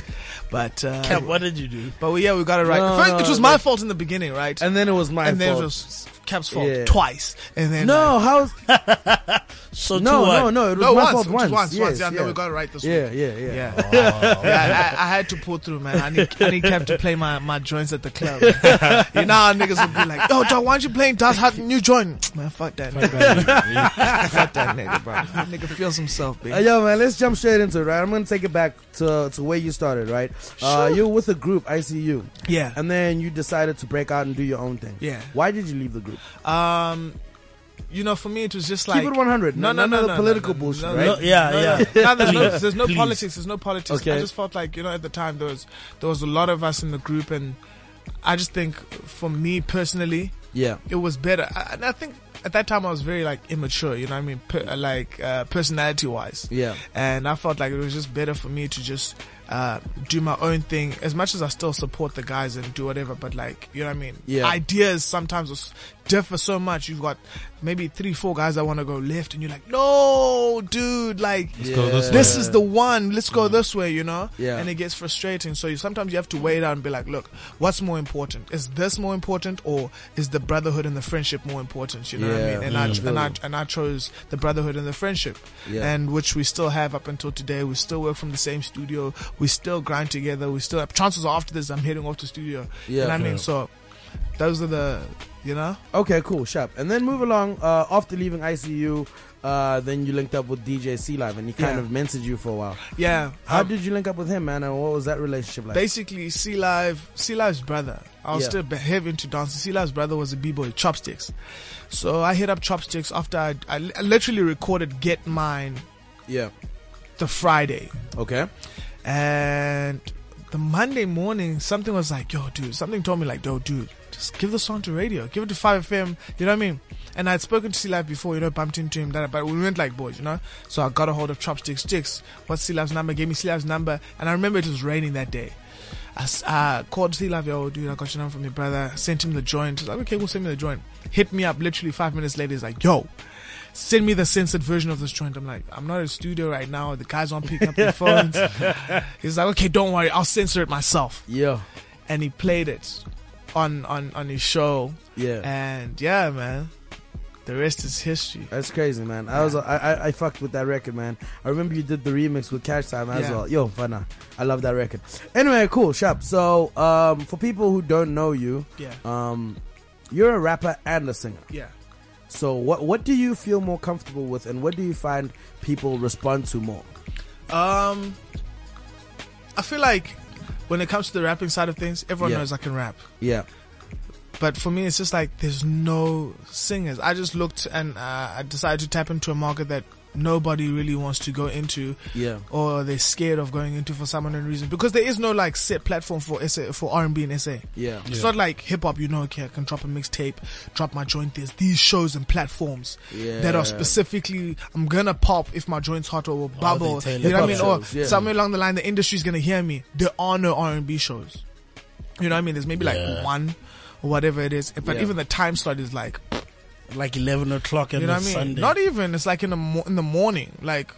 but uh, Cap, what did you do? but we, yeah, we got it right. No, First, no, it was no. my fault in the beginning, right? And then it was my and then fault. it was Cap's fault Yeah. twice, and then like, no, how's So no, two, one. no, no. It was no, my once, fault it was once. once, yes, once. Yeah, yeah. no, we got it right this week. yeah, yeah, yeah, Yeah. Oh. yeah, I, I had to pull through, man. I need, I need Cap to play my, my joints at the club. you know how niggas would be like, yo, dog, why aren't you playing Das Hot New Joint? Man, fuck that nigga. fuck that nigga, bro. That nigga feels himself, Uh, bitch. yo, man, let's jump straight into it, right? I'm gonna take it back to to where you started, right? Uh, you were with a group, ICU, Yeah. and then you decided to break out and do your own thing. Yeah. Why did you leave the group? Um, you know, for me, it was just like. Keep it 100. No, no, None no, of the no, political no, bullshit, no, right? No, yeah, yeah. No, there's no, Please, there's no please. politics. There's no politics. Okay. I just felt like you know at the time there was there was a lot of us in the group, and I just think for me personally, Yeah. it was better. I, and I think at that time I was very like immature, you know what I mean, per, like uh, personality wise. Yeah. And I felt like it was just better for me to just uh, do my own thing. As much as I still support the guys and do whatever, but like you know what I mean. Yeah. Ideas sometimes was- differ so much. You've got maybe three, four guys that want to go left, and you're like, no, dude, like go this this is the one. Let's go this way, you know. Mm. Yeah. And it gets frustrating. So you, sometimes you have to weigh it out and be like, look, what's more important? Is this more important, or is the brotherhood and the friendship more important? You know what Yeah, mm. I mean? And I ch- and I and I chose the brotherhood and the friendship, Yeah. and which we still have up until today. We still work from the same studio. We still grind together. We still have chances are after this, I'm heading off to studio. Yeah. You know what I mean? Yeah. So those are the, you know. Okay, cool, sharp. And then move along. Uh, after leaving ICU, uh, then you linked up with DJ C Live, and he kind Yeah. of mentored you for a while. Yeah. How Um, did you link up with him, man? And what was that relationship like? basically C Live, C Live's brother. I was Yeah. still still heavy into dancing. C Live's brother was a b boy, Chopsticks. So I hit up Chopsticks after I, I li- I literally recorded Get Mine yeah. the Friday, Okay. and the Monday morning something was like, yo, dude, something told me like, yo, dude, just give the song to radio, give it to Five FM. You know what I mean? And I'd spoken to C Live before, you know, bumped into him, that, but we went like boys, you know. So I got a hold of Chopsticks. Sticks, what's C Live's number? Gave me C Live's number, and I remember it was raining that day. I s- uh, called C Live, yo, dude, I got your number from your brother. Sent him the joint. He's like, okay, we'll send me the joint. Hit me up literally five minutes later. He's like, yo, send me the censored version of this joint. I'm like, I'm not in the studio right now. The guys aren't picking up their phones. He's like, okay, don't worry, I'll censor it myself. Yeah. And he played it on on on his show. Yeah. And yeah, man, the rest is history. That's crazy, man. I was I, I I fucked with that record, man. I remember you did the remix with Cash Time as Yeah. well. Yo, fana, I love that record. Anyway, cool, sharp. So, um, for people who don't know you, Yeah. um, you're a rapper and a singer. Yeah. So, what what do you feel more comfortable with, and what do you find people respond to more? Um, I feel like when it comes to the rapping side of things, everyone Yeah. knows I can rap. Yeah, But for me, it's just like there's no singers. I just looked and uh, I decided to tap into a market that nobody really wants to go into, Yeah. or they're scared of going into for some unknown reason because there is no like set platform for SA, for R and B in SA. Yeah. it's Yeah. not like hip hop. You know, okay, I can drop a mixtape, drop my joint. There's these shows and platforms that Yeah. Oh, are specifically I'm gonna pop if my joint's hot or will bubble. tailored? You know what I mean? Hip-hop Or shows, yeah. somewhere along the line, the industry's gonna hear me. There are no R and B shows. You know what I mean? There's maybe Yeah. like one or whatever it is, but Yeah. even the time slot is like like eleven o'clock and you know what I it's mean? Sunday. Not even. It's like in the mo- in the morning, like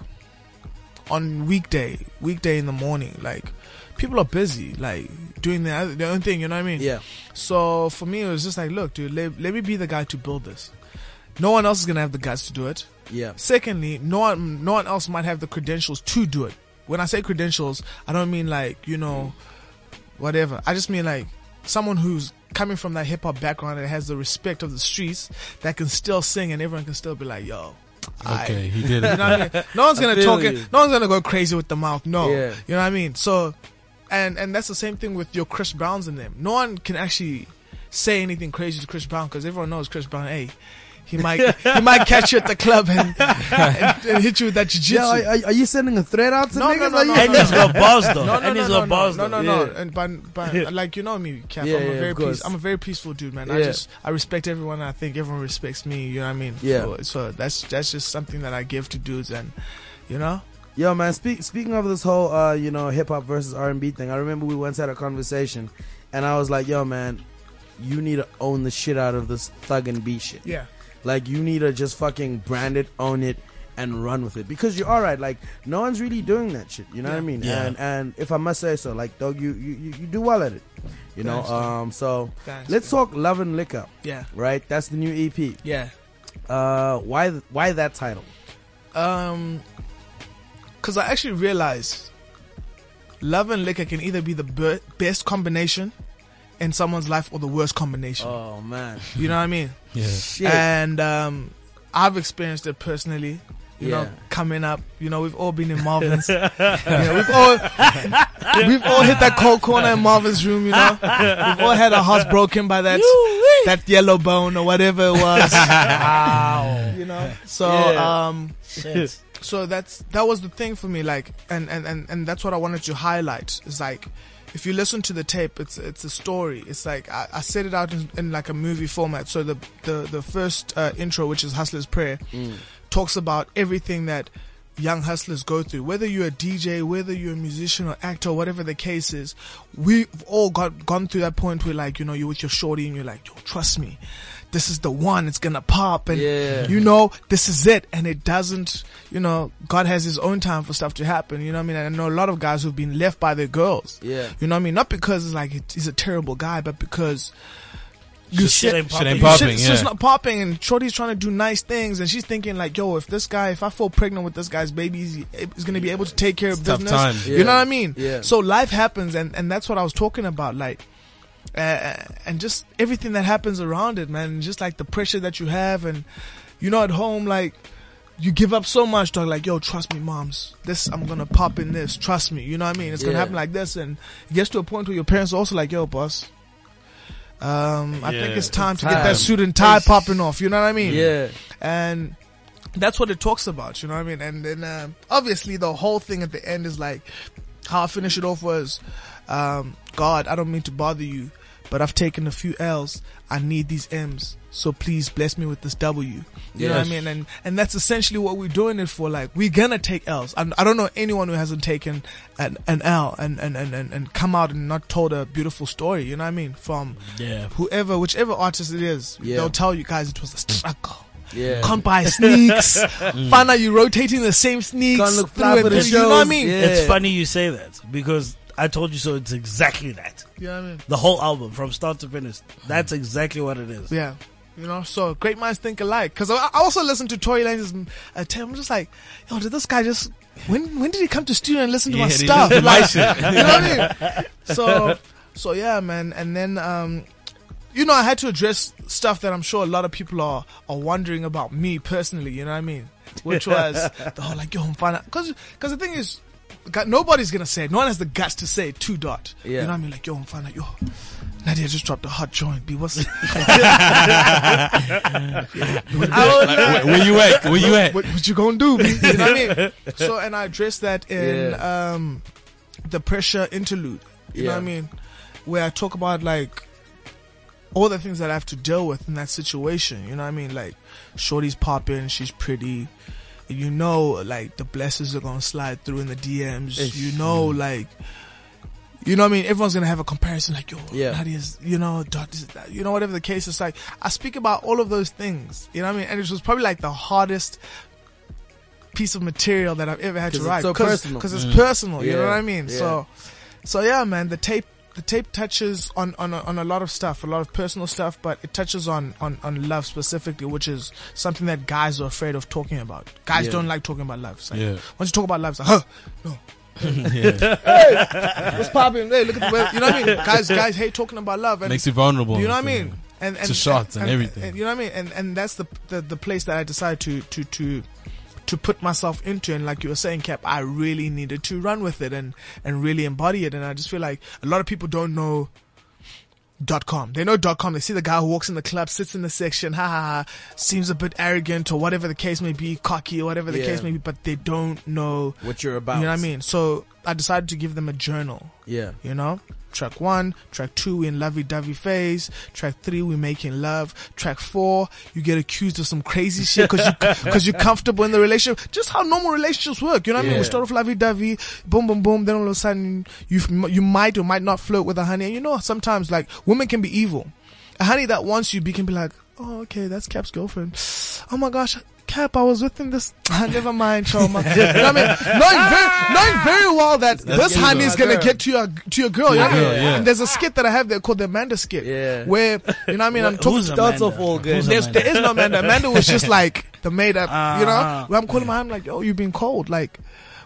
on weekday, weekday in the morning. Like people are busy, like doing their other- their own thing. You know what I mean? Yeah. So for me, it was just like, look, dude, let, let me be the guy to build this. No one else is gonna have the guts to do it. Yeah. Secondly, no one, no one else might have the credentials to do it. When I say credentials, I don't mean like you know, whatever. I just mean like someone who's coming from that hip hop background and has the respect of the streets that can still sing and everyone can still be like, yo. I- Okay, he did it. You know what I mean? No one's I gonna feel talk it. you. No one's gonna go crazy with the mouth. No, Yeah. you know what I mean. So, and and that's the same thing with your Chris Browns and them. No one can actually say anything crazy to Chris Brown because everyone knows Chris Brown. Hey, he might he might catch you at the club and, and, and hit you with that jiu-jitsu. Yeah, are, are- are you sending a threat out to No, no, niggas? no, Are you- no, no, no. No, no, And no, he's no, got bars, No, no, though. no. Yeah. And but, but like you know me, Cap. Yeah, I'm a yeah, very of course. peace, I'm a very peaceful dude, man. I Yeah. just I respect everyone. and I think everyone respects me. You know what I mean? Yeah. So, so that's that's just something that I give to dudes, and you know. Yo, man. Speak, speaking of this whole, uh, you know, hip hop versus R and B thing, I remember we once had a conversation, and I was like, "Yo, man, you need to own the shit out of this thug and B shit." Yeah. Like, you need to just fucking brand it, own it, and run with it because you're all right. Like, no one's really doing that shit. You know what I mean? Yeah. And and if I must say so, like, dog, you you you you do well at it. You know. Thanks, dude. Um. So Thanks, let's talk love and liquor. Yeah. Right. That's the new EP. Yeah. Uh. Why th- why that title? Um, because I actually realized love and liquor can either be the be- best combination in someone's life or the worst combination. Oh man. You know what I mean? Yeah. Shit. And um, I've experienced it personally. You Yeah. know, coming up, you know, we've all been in Marvin's. you know, we've all we've all hit that cold corner in Marvin's room. You know, we've all had our hearts broken by that that yellow bone or whatever it was. wow, you know. So Yeah. um, Shit. so that's that was the thing for me like and, and and and that's what i wanted to highlight is like if you listen to the tape it's it's a story it's like i, I set it out in, in like a movie format so the the, the first uh, intro which is hustler's prayer talks about everything that young hustlers go through whether you're a dj whether you're a musician or actor whatever the case is we've all got gone through that point where like you know you're with your shorty and you're like yo trust me this is the one it's gonna pop and Yeah. you know this is it and it doesn't you know god has his own time for stuff to happen you know what i mean i know a lot of guys who've been left by their girls Yeah. you know what i mean not because it's like it- he's a terrible guy but because you Shit sit- ain't you Shit ain't popping, It's yeah. just not popping, and Shorty's trying to do nice things, and she's thinking like, "Yo, if this guy, if I fall pregnant with this guy's baby, he's, he's gonna be able to take care of tough business." times. You Yeah. know what I mean? Yeah. So life happens, and and that's what I was talking about, like uh, and just everything that happens around it, man. And just like the pressure that you have, and you know, at home, like you give up so much, dog. Like, yo, trust me, moms. This I'm gonna pop in this. Trust me. You know what I mean? It's gonna Yeah. happen like this, and it gets to a point where your parents are also like, yo, boss. Um, I think Yeah, it's time to time. get that suit and tie popping off. You know what I mean? Yeah. and that's what it talks about, you know what I mean? And then um obviously the whole thing at the end is like how I finish it off was, um, God, I don't mean to bother you, but I've taken a few L's. I need these M's, so please bless me with this W. You know what I Yes. mean? And and that's essentially what we're doing it for. Like we're gonna take L's. I, I don't know anyone who hasn't taken an, an L and, and, and, and, and come out and not told a beautiful story. You know what I mean? From Yeah. whoever, whichever artist it is, Yeah. they'll tell you guys it was a struggle. Yeah. Mm. Can't buy sneaks. Find out you rotating the same sneaks. Can't look through fly and for the through, You know what I shows, mean? yeah. It's funny you say that because I told you so. It's exactly that. You know what I mean? The whole album from start to finish. That's exactly what it is. Yeah. You know, so great minds think alike. Because I, I also listened to Tory Lanez's uh, tape. I'm just like, yo, did this guy just when when did he come to studio and listen to Yeah, my they stuff? listen to my Like, shit. you know what I mean? So so yeah, man. And then um, you know, I had to address stuff that I'm sure a lot of people are are wondering about me personally. You know what I mean? Which was the whole like, yo, I'm fine. Because because the thing is, gu- nobody's gonna say it. No one has the guts to say it. Two dot. Yeah. You know what I mean? Like yo, I'm fine. Like yo, Nadia just dropped a hot joint. B, what's? Like, where- where you at? Where you at? What, what you gonna do? B? You know what I mean? So and I addressed that in um, the pressure interlude. You know Yeah. what I mean? Where I talk about like all the things that I have to deal with in that situation. You know what I mean? Like, Shorty's popping, she's pretty. You know, like, the blessings are gonna slide through in the DMs. Ish. Mm-hmm. You know, like, you know what I mean? Everyone's gonna have a comparison, like, yo, Yeah. Nadia's, you know, dot, this, that, you know, whatever the case is. Like, I speak about all of those things. You know what I mean? And it was probably like the hardest piece of material that I've ever had to 'Cause it's write so personal. because it's Mm. personal. You know Yeah, what I mean? yeah. So, so yeah, man, the tape the tape touches on on a, on a lot of stuff, a lot of personal stuff, but it touches on on on love specifically, which is something that guys are afraid of talking about. Guys Yeah. don't like talking about love. It's like, Yeah. Once you talk about love, it's like, huh, no. hey, what's popping? Hey, look at the weather. You know what I mean? Guys, guys hate talking about love. And Makes you vulnerable. you know what I and mean? stuff. And, and To shots and everything. you know what I mean? And and that's the, the the place that I decided to to to to put myself into. And like you were saying, Cap, I really needed to run with it and and really embody it. And I just feel like a lot of people don't know. Dot com. They know dot com. They see the guy who walks in the club, sits in the section, ha ha ha, seems a bit arrogant or whatever the case may be, cocky or whatever the Yeah. case may be, but they don't know What you're about. You know what I mean? So I decided to give them a journal. Yeah. You know? Track one, track two, we in lovey dovey phase. Track three, we making love. Track four, you get accused of some crazy shit because you, cause you're comfortable in the relationship. Just how normal relationships work. You know what I mean? Yeah. We start off lovey dovey, boom, boom, boom. Then all of a sudden, you, you might or might not flirt with a honey. And you know, sometimes like women can be evil. A honey that wants you be can be like, oh, okay, that's Cap's girlfriend. Oh my gosh. Cap, I was with him this. Ah, never mind, trauma. you know what I mean? Knowing very, knowing very well that this evil. honey is gonna get to your to your girl. you know what I mean? girl, yeah. And there's a skit that I have there called the Amanda skit. Yeah. Where you know what I mean? I'm talking. Who's starts Amanda? off all good. Who's There's, Amanda? there is no Amanda. Amanda was just like the maid up. you know, Ah. where I'm calling my, I'm like, yo, you've been cold. Like,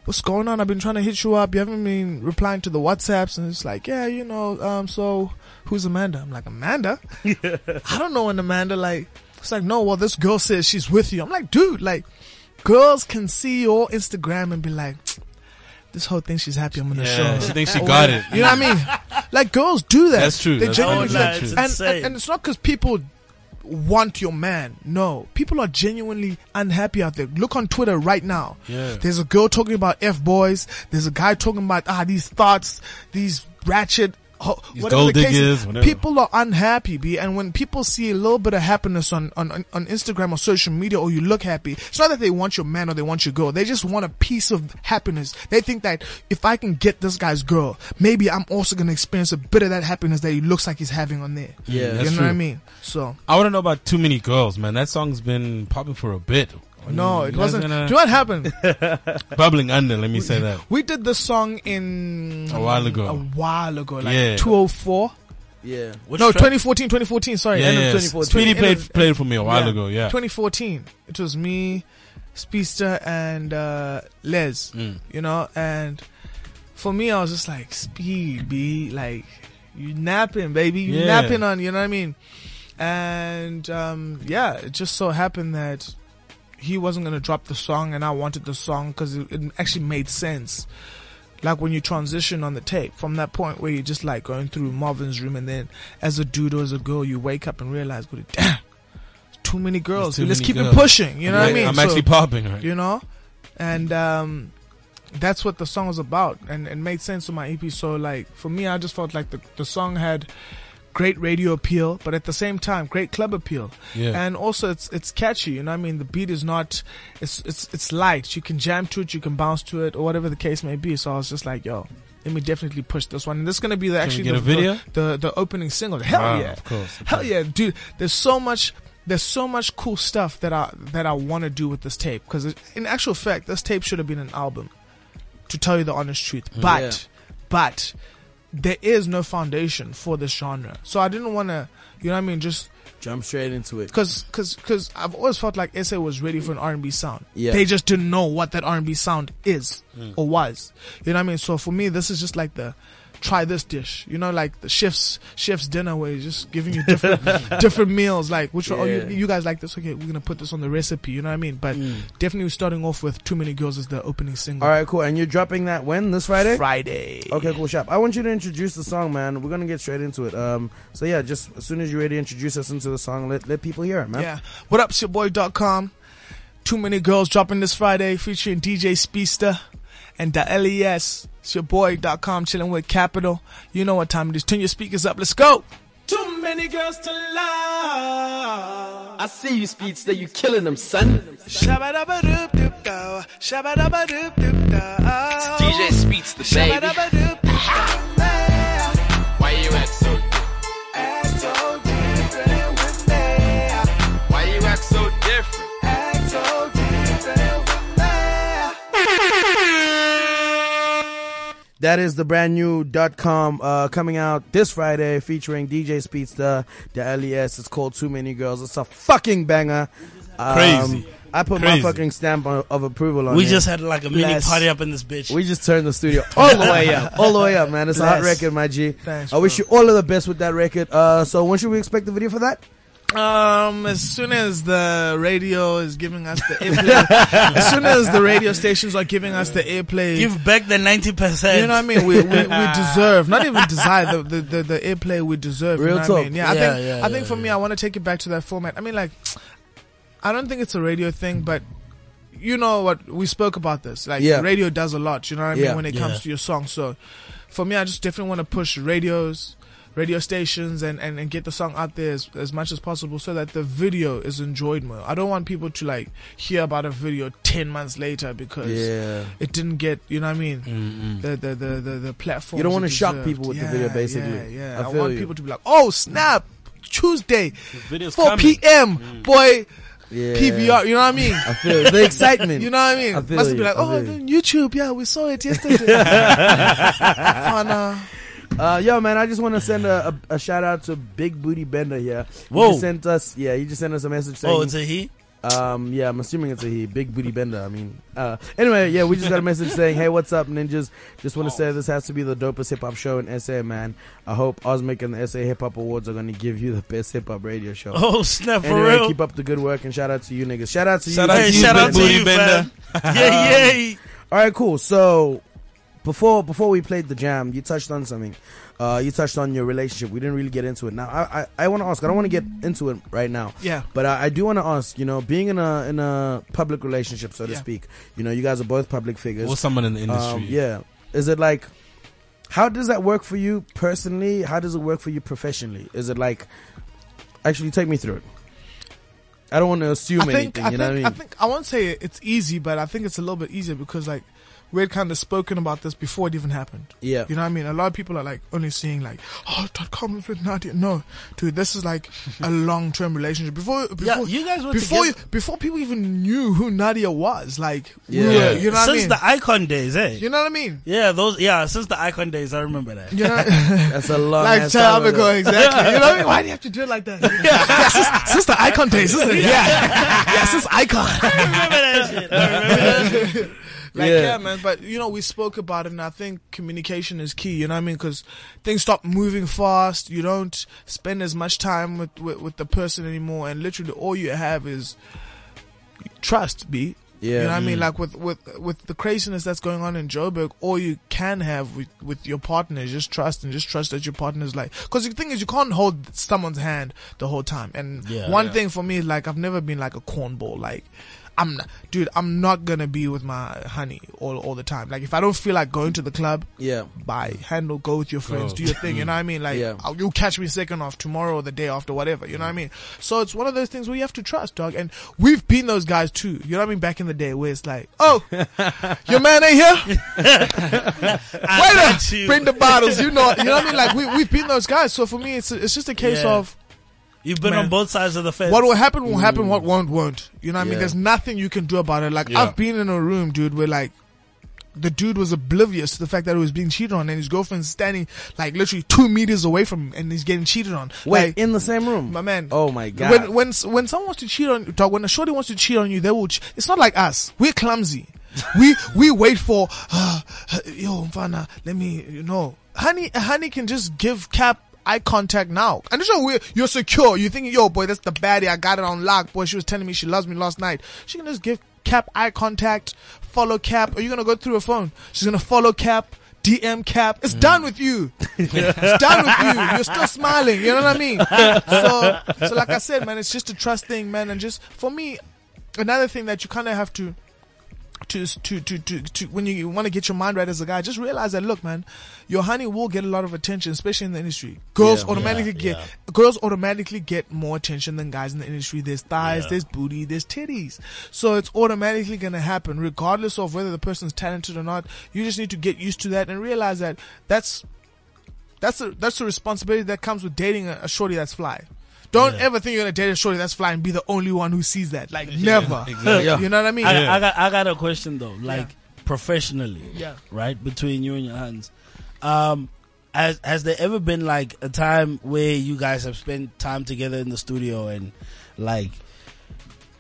what's going on? I've been trying to hit you up. You haven't been replying to the WhatsApps, and it's like, yeah, you know, um, so who's Amanda? I'm like, Amanda. I don't know an Amanda. Like, it's like, no, well, this girl says she's with you. I'm like, dude, like, girls can see your Instagram and be like. This whole thing, she's happy. I'm gonna show Yeah, her. she thinks she got it. You know what I mean? Like girls do that. That's true. They That's genuinely true. That's do true. that. And, and, Insane. and it's not because people want your man. No, people are genuinely unhappy out there. Look on Twitter right now. Yeah. There's a girl talking about f boys. There's a guy talking about ah these thoughts, these ratchet. ho- These whatever gold the case diggers, is. whatever. people are unhappy, b. And when people see a little bit of happiness on, on on- on Instagram or social media, or you look happy, it's not that they want your man or they want your girl. They just want a piece of happiness. They think that if I can get this guy's girl, maybe I'm also gonna experience a bit of that happiness that he looks like he's having on there. Yeah. you know That's what I true. mean. So I want to know about too many girls, man. That song's been popping for a bit. no, it You guys wasn't. Do you Mm, gonna- know what happened? bubbling under. Let me say that. we did this song in A while ago. A while ago, like Yeah. 204. Yeah. Which no, track? 2014, 2014. Sorry, Yeah, end of yeah. 2014. Speedy End played of- played it for me a while Yeah. ago. Yeah, 2014. It was me, Speedster, and uh, Les. Mm. You know, and for me, I was just like, Speed, B, like you napping, baby, you Yeah. napping on. You know what I mean? And um, yeah, it just so happened that he wasn't gonna drop the song, and I wanted the song because it, it actually made sense. Like when you transition on the tape from that point where you're just like going through Marvin's room, and then as a dude or as a girl, you wake up and realize, "Well, damn, too many girls. too Let's many keep girls." it pushing. You know what I I'm- mean? I'm So- actually popping right. you know and um that's what the song was about and it made sense to my ep so like for me i just felt like the, the song had great radio appeal but at the same time great club appeal Yeah. and also it's it's catchy you know what i mean the beat is not it's it's it's light you can jam to it you can bounce to it or whatever the case may be so i was just like yo let me definitely push this one and this is gonna be the actually get the, a video? The, the the opening single hell Wow, yeah of course. Hell yeah, dude. There's so much. There's so much cool stuff that I that I want to do with this tape because in actual fact, this tape should have been an album. To tell you the honest truth, Hmm. but but there is no foundation for this genre, so I didn't want to. You know what I mean? Just Jump straight into it. because because because I've always felt like SA was ready for an R&B sound. Yeah. Mm. They just didn't know what that R&B sound is or was. You know what I mean? So for me, this is just like the try this dish. You know, like the chef's chef's dinner where he's just giving you different different meals. Like which one? Oh, you, Yeah. you guys like this? Okay, we're gonna put this on the recipe. You know what I mean? But definitely starting off with "Too Many Girls" as the opening single. Mm. All right, cool. And you're dropping that when this Friday? Friday. Okay, cool. Shop. I want you to introduce the song, man. We're gonna get straight into it. Um, so yeah, just as soon as you're ready, introduce us into the song. Let let people hear it, man. Yeah. What up, shitboy.com? Too many girls dropping this Friday featuring DJ Speedster and the LES. It's your boy.com chilling with Capital. You know what time it is. Turn your speakers up. Let's go. Too many girls to love. I see you, Speedster. You killing them, son. DJ Speeds the baby. Why you act so? Act so different with me. Why you act so different? Act so different with me. That is the brand new .com uh, coming out this Friday featuring DJ Speedster, the LES. It's called Too Many Girls. It's a fucking banger. Um, Crazy. I put my Crazy. fucking stamp on, of approval on it. We just had like a mini Bless. party up in this bitch. We just turned the studio all the way up, all the way up, man. It's a hot Bless. record, my G. Thanks, I wish you all of the best with that record. Uh, so when should we expect the video for that? Um, as soon as the radio is giving us the airplay, as soon as the radio stations are giving us the airplay, Give back the ninety percent. You know what I mean? We, we, we deserve, not even desire, the, the, the, the airplay we deserve. you Real know what I talk. mean? Yeah, I Yeah, think, yeah, I yeah, think for me, I want to take it back to that format. I mean, like, I don't think it's a radio thing, but you know what? We spoke about this. Like, Yeah. radio does a lot, you know what I mean? Yeah. When it Yeah. comes to your song. So for me, I just definitely want to push radios. Radio stations and, and, and get the song out there as, as much as possible so that the video is enjoyed more. I don't want people to like hear about a video 10 months later because Yeah. it didn't get, you know what I mean? The, the, the, the, the platform. You don't wanna shock people with the video, basically. Yeah, yeah. I I, feel want you. people to be like, oh, snap, Tuesday, 4 video's coming." p.m., boy. Mm. Yeah. PVR, you know what I mean? I feel you. The excitement. You know what I mean? I feel Must you. be like, I oh, feel on YouTube, yeah, we saw it yesterday. Fana. Uh, yo, man, I just want to send a, a, a shout out to Big Booty Bender here. He Whoa. just sent us, yeah, he just sent us a message saying. Oh, it's a he? Um, yeah, I'm assuming it's a he. Big Booty Bender. I mean, uh, anyway, yeah, we just got a message saying, hey, what's up, ninjas? Just want to say this has to be the dopest hip hop show in SA, man. I hope Osmic and the SA Hip Hop Awards are going to give you the best hip hop radio show. Oh, snap, for Anyway, real? Keep up the good work and shout out to you, niggas. Shout out to Shout you. out Hey, to you, shout Big out to Booty you, Bender. fam. Yeah, Um, yeah. all right, cool. So before before we played the jam, you touched on something. Uh, you touched on your relationship. We didn't really get into it. Now, I I, I want to ask. I don't want to get into it right now. Yeah. But I, I do want to ask. You know, being in a in a public relationship, so to Yeah. speak. You know, you guys are both public figures. Or someone in the industry. Um, yeah. Is it like? How does that work for you personally? How does it work for you professionally? Is it like? Actually, take me through it. I don't want to assume anything. I you know think, what I mean? think I won't say it's easy, but I think it's a little bit easier because like we had kind of spoken about this before it even happened. Yeah. you know what I mean. A lot of people are like only seeing like oh dot com with Nadia. No, dude, this is like a long term relationship. Before, before Yeah, you guys were before together- before people even knew who Nadia was. Like we Yeah. were, you know what I since mean? the icon days, eh? You know what I mean? Yeah, those. Yeah, since the icon days, I remember that. You know- That's a long like ass time time ago, ago. exactly. You know what I mean? Why do you have to do it like that? yeah, since, since the icon days, isn't it? Yeah, yeah, since icon. Like yeah. Yeah. man. But you know, we spoke about it, and I think communication is key. You know what I mean? Because things stop moving fast. You don't spend as much time with, with with the person anymore, and literally all you have is trust. B. Yeah. You know what I mean? Mm. Like with, with with the craziness that's going on in Joburg, all you can have with, with your partner is just trust and just trust that your partner is like. Because the thing is, you can't hold someone's hand the whole time. And Yeah. one Yeah. thing for me, like I've never been like a cornball. Like I'm, not, dude, I'm not gonna be with my honey all all the time. Like if I don't feel like going to the club, yeah, bye. Handle, go with your friends, Go. do your thing. You know what I mean? Like Yeah. I'll- you'll catch me second off tomorrow or the day after, whatever. You know what I mean? So it's one of those things where you have to trust, dog. And we've been those guys too. You know what I mean? Back in the day, where it's like, oh, your man ain't here. Waiter, bring the bottles. You know, you know what I mean? Like we we've been those guys. So for me, it's it's just a case Yeah. of You've been Man. on both sides of the fence. what will happen will happen. What won't won't. You know what I Mm. mean? Yeah. There's nothing you can do about it. Like Yeah. I've been in a room, dude, where like the dude was oblivious to the fact that he was being cheated on, and his girlfriend's standing like literally two meters away from him, and he's getting cheated on. Wait, like, in the same room, my man. Oh my god. When when when someone wants to cheat on dog, when a shorty wants to cheat on you, they will. Ch- it's not like us. We're clumsy. we we wait for uh, uh, yo mfana. Let me you know. honey, honey can just give Cap eye contact now. And it's so weird. You're secure. You think, yo, boy, that's the baddie. I got it on lock. Boy, she was telling me she loves me last night. She can just give Cap eye contact, follow Cap. Are you gonna go through her phone? She's gonna follow Cap. DM Cap, Mm. it's done with you. it's done with you. You're still smiling. You know what I mean? So, so like I said, man, it's just a trust thing, man. And just for me, another thing that you kind of have to to, to, to, to, to when you want to get your mind right as a guy, just realize that look, man, your honey will get a lot of attention, especially in the industry. Girls Yeah. automatically Yeah, get girls automatically get more attention than guys in the industry. There's thighs, Yeah. there's booty, there's titties, so it's automatically gonna happen, regardless of whether the person's talented or not. You just need to get used to that and realize that that's that's a that's a responsibility that comes with dating a, a shorty that's fly. Don't ever think you're gonna date a shorty that's fly and be the only one who sees that. Like never. You know what I mean? I, I got I got a question though, like professionally, Yeah. right between you and your hands. Um, has has there ever been like a time where you guys have spent time together in the studio and like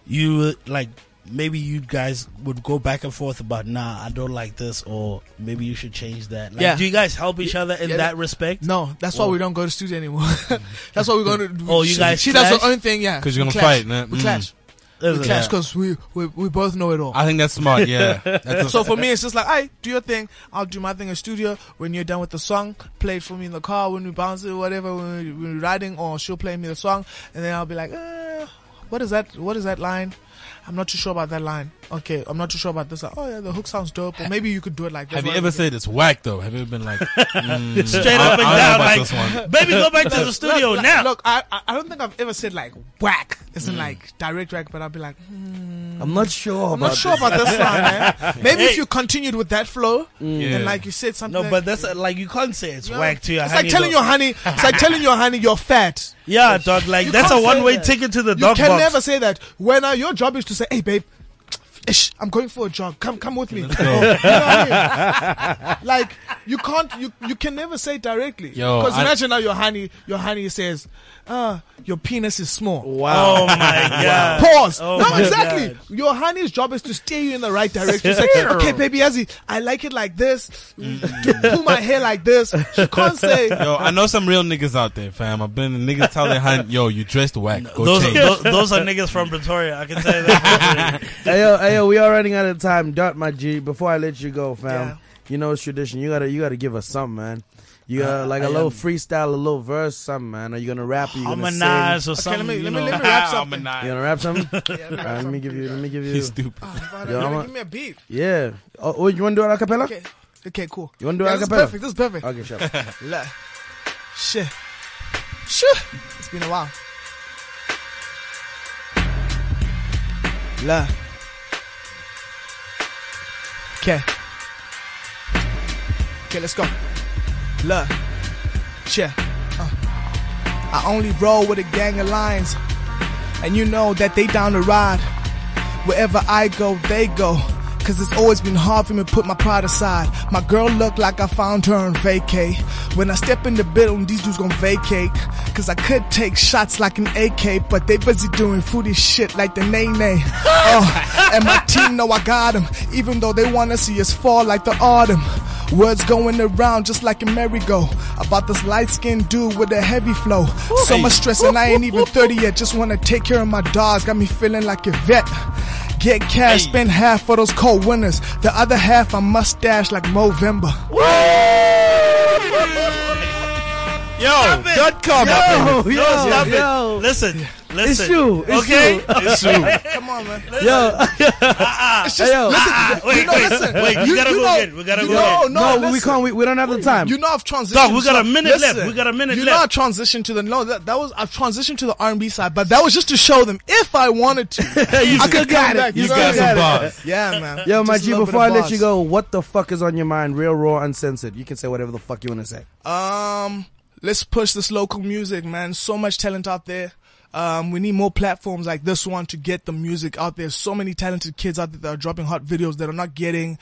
you were- like maybe you guys would go back and forth about nah I don't like this or maybe you should change that. Like, Do you guys help each other in Yeah, that that- respect? No, that's Oh. Or- why we don't go to studio anymore. that's why we're going to. Oh, you she, guys She does her clash? own thing, yeah. 'Cause We you're gonna clash. fight, man. We Mm. clash. Isn't we clash it? because we, we we both know it all. I think that's smart, yeah. That's a- so for me, it's just like, I do your thing. I'll do my thing in studio. When you're done with the song, play it for me in the car when we bounce it, whatever. When, we, when we're riding, or she'll play me the song, and then I'll be like, uh, what is that? What is that line? I'm not too sure about that line. Okay, I'm not too sure about this. Like, oh yeah, the hook sounds dope. Or maybe you could do it like this. Have you Whatever. ever said it's whack though? Have you ever been like mm, Straight I- up I don't and know down, about like, this one. Look, look, Look, I, I I don't think I've ever said like whack. It's Mm. in like direct whack, but I'll be like, hmm, I'm not sure I'm not about sure this. about this one. eh? Maybe Hey. Mm. if you continued with that flow, Yeah. and like you said something. No, but that's uh, like you can't say it's Yeah. whack to your. It's honey like telling though. your honey. It's like telling your honey you're fat. Yeah, dog. Like You that's a can't say one-way that. ticket to the you dog can box. never say that. When uh, your job is to say, "Hey, babe." ish, I'm going for a jog. Come, come with me. go. You know what I mean? Like you can't, you you can never say it directly. Yo, Because I- imagine now your honey, your honey says, "Ah, your penis is small." Wow. Oh my God. Pause. Oh no, my exactly. Your honey's job is to steer you in the right direction. It's like, okay, baby Azzy, I like it like this. Do my hair like this. She can't say. Yo, I know some real niggas out there, fam. I've been niggas tell their hun, yo, you dressed whack. Go those, change. those, those are niggas from Pretoria. I can tell you that. ayo, ayo, we are running out of time. Dot my G. Before I let you go, fam, Yeah. you know it's tradition. You gotta, you gotta give us some, man. You gotta Uh, like a I little am- freestyle, a little verse, something, man. Are you gonna rap? Are you gonna Harmonize sing? or Okay, let me- something, let you me- know. let me rap something. You gonna rap something? All right, let me give you. Let me give you. He's stupid. Father, Yo, give me- I'ma- give me a beat. Yeah. Oh, oh, you wanna do it a cappella? Okay. Okay, cool. You wanna do Yeah, a this is cappella? perfect. This is perfect. Okay, shut up. La- Shit. Shit. It's been a while. La. Okay. Okay, let's go. La. Shit. Uh. I only roll with a gang of lions. And you know that they down to ride. Wherever I go, they go. Cause it's always been hard for me to put my pride aside. My girl look like I found her on vacay. When I step in the building, these dudes gon' vacate. Cause I could take shots like an AK, but they busy doing foodie shit like the nay nay. Oh, and my team know I got 'em, even though they wanna see us fall like the autumn. Words going around just like a merry-go about this light-skinned dude with a heavy flow. So much stress and I ain't even 30 yet. Just wanna take care of my dogs, got me feeling like a vet. Get cash, spend half for those cold winters. The other half I mustache like Movember. Yo, dot com. Yo, Yo, yo, stop yo. it. Listen, listen. you, it's okay, you. It's you. Come on, man. Yo, It's just, Ayo. listen, wait, you know, Ah, wait, listen, wait, we you, gotta you go know, again, we gotta you go know, again. No, we listen. can't. We, we don't have the time. You know I've transitioned. Dog, we got so- a minute left. listen, We got a minute you left. You know I transitioned to the no. That, that was I've transitioned to the R and B side, but that was just to show them if I wanted to. You I still could got come it. back, You know still what I got mean? it. Yeah, man. Yo, my Just a G, little bit before I of let bars. you go, what the fuck is on your mind? Real, raw, uncensored. You can say whatever the fuck you want to say. Um, let's push this local music, man. So much talent out there. Um, we need more platforms like this one to get the music out there. So many talented kids out there that are dropping hot videos that are not getting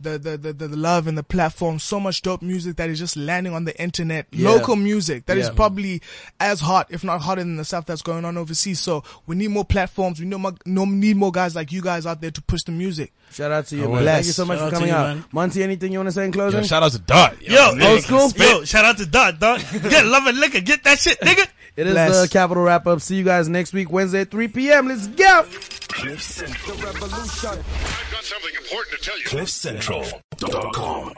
the, the, the, the, the love and the platform, so much dope music that is just landing on the internet. Yeah. Local music that is Yeah. probably as hot, if not hotter than the stuff that's going on overseas. So we need more platforms. We need more, no- need more guys like you guys out there to push the music. Shout out to you, I man. will. Thank you so much Shout for out coming to you, out. man. Monty, anything you want to say in closing? Yo, shout out to Dot. Yo, old school. Yo, shout out to Dot, dog. Get love and liquor. Get that shit, nigga. It is the Capital Wrap Up. See you guys next week, Wednesday at 3 p.m. Let's go. I've got something important to tell you. CliffCentral.com.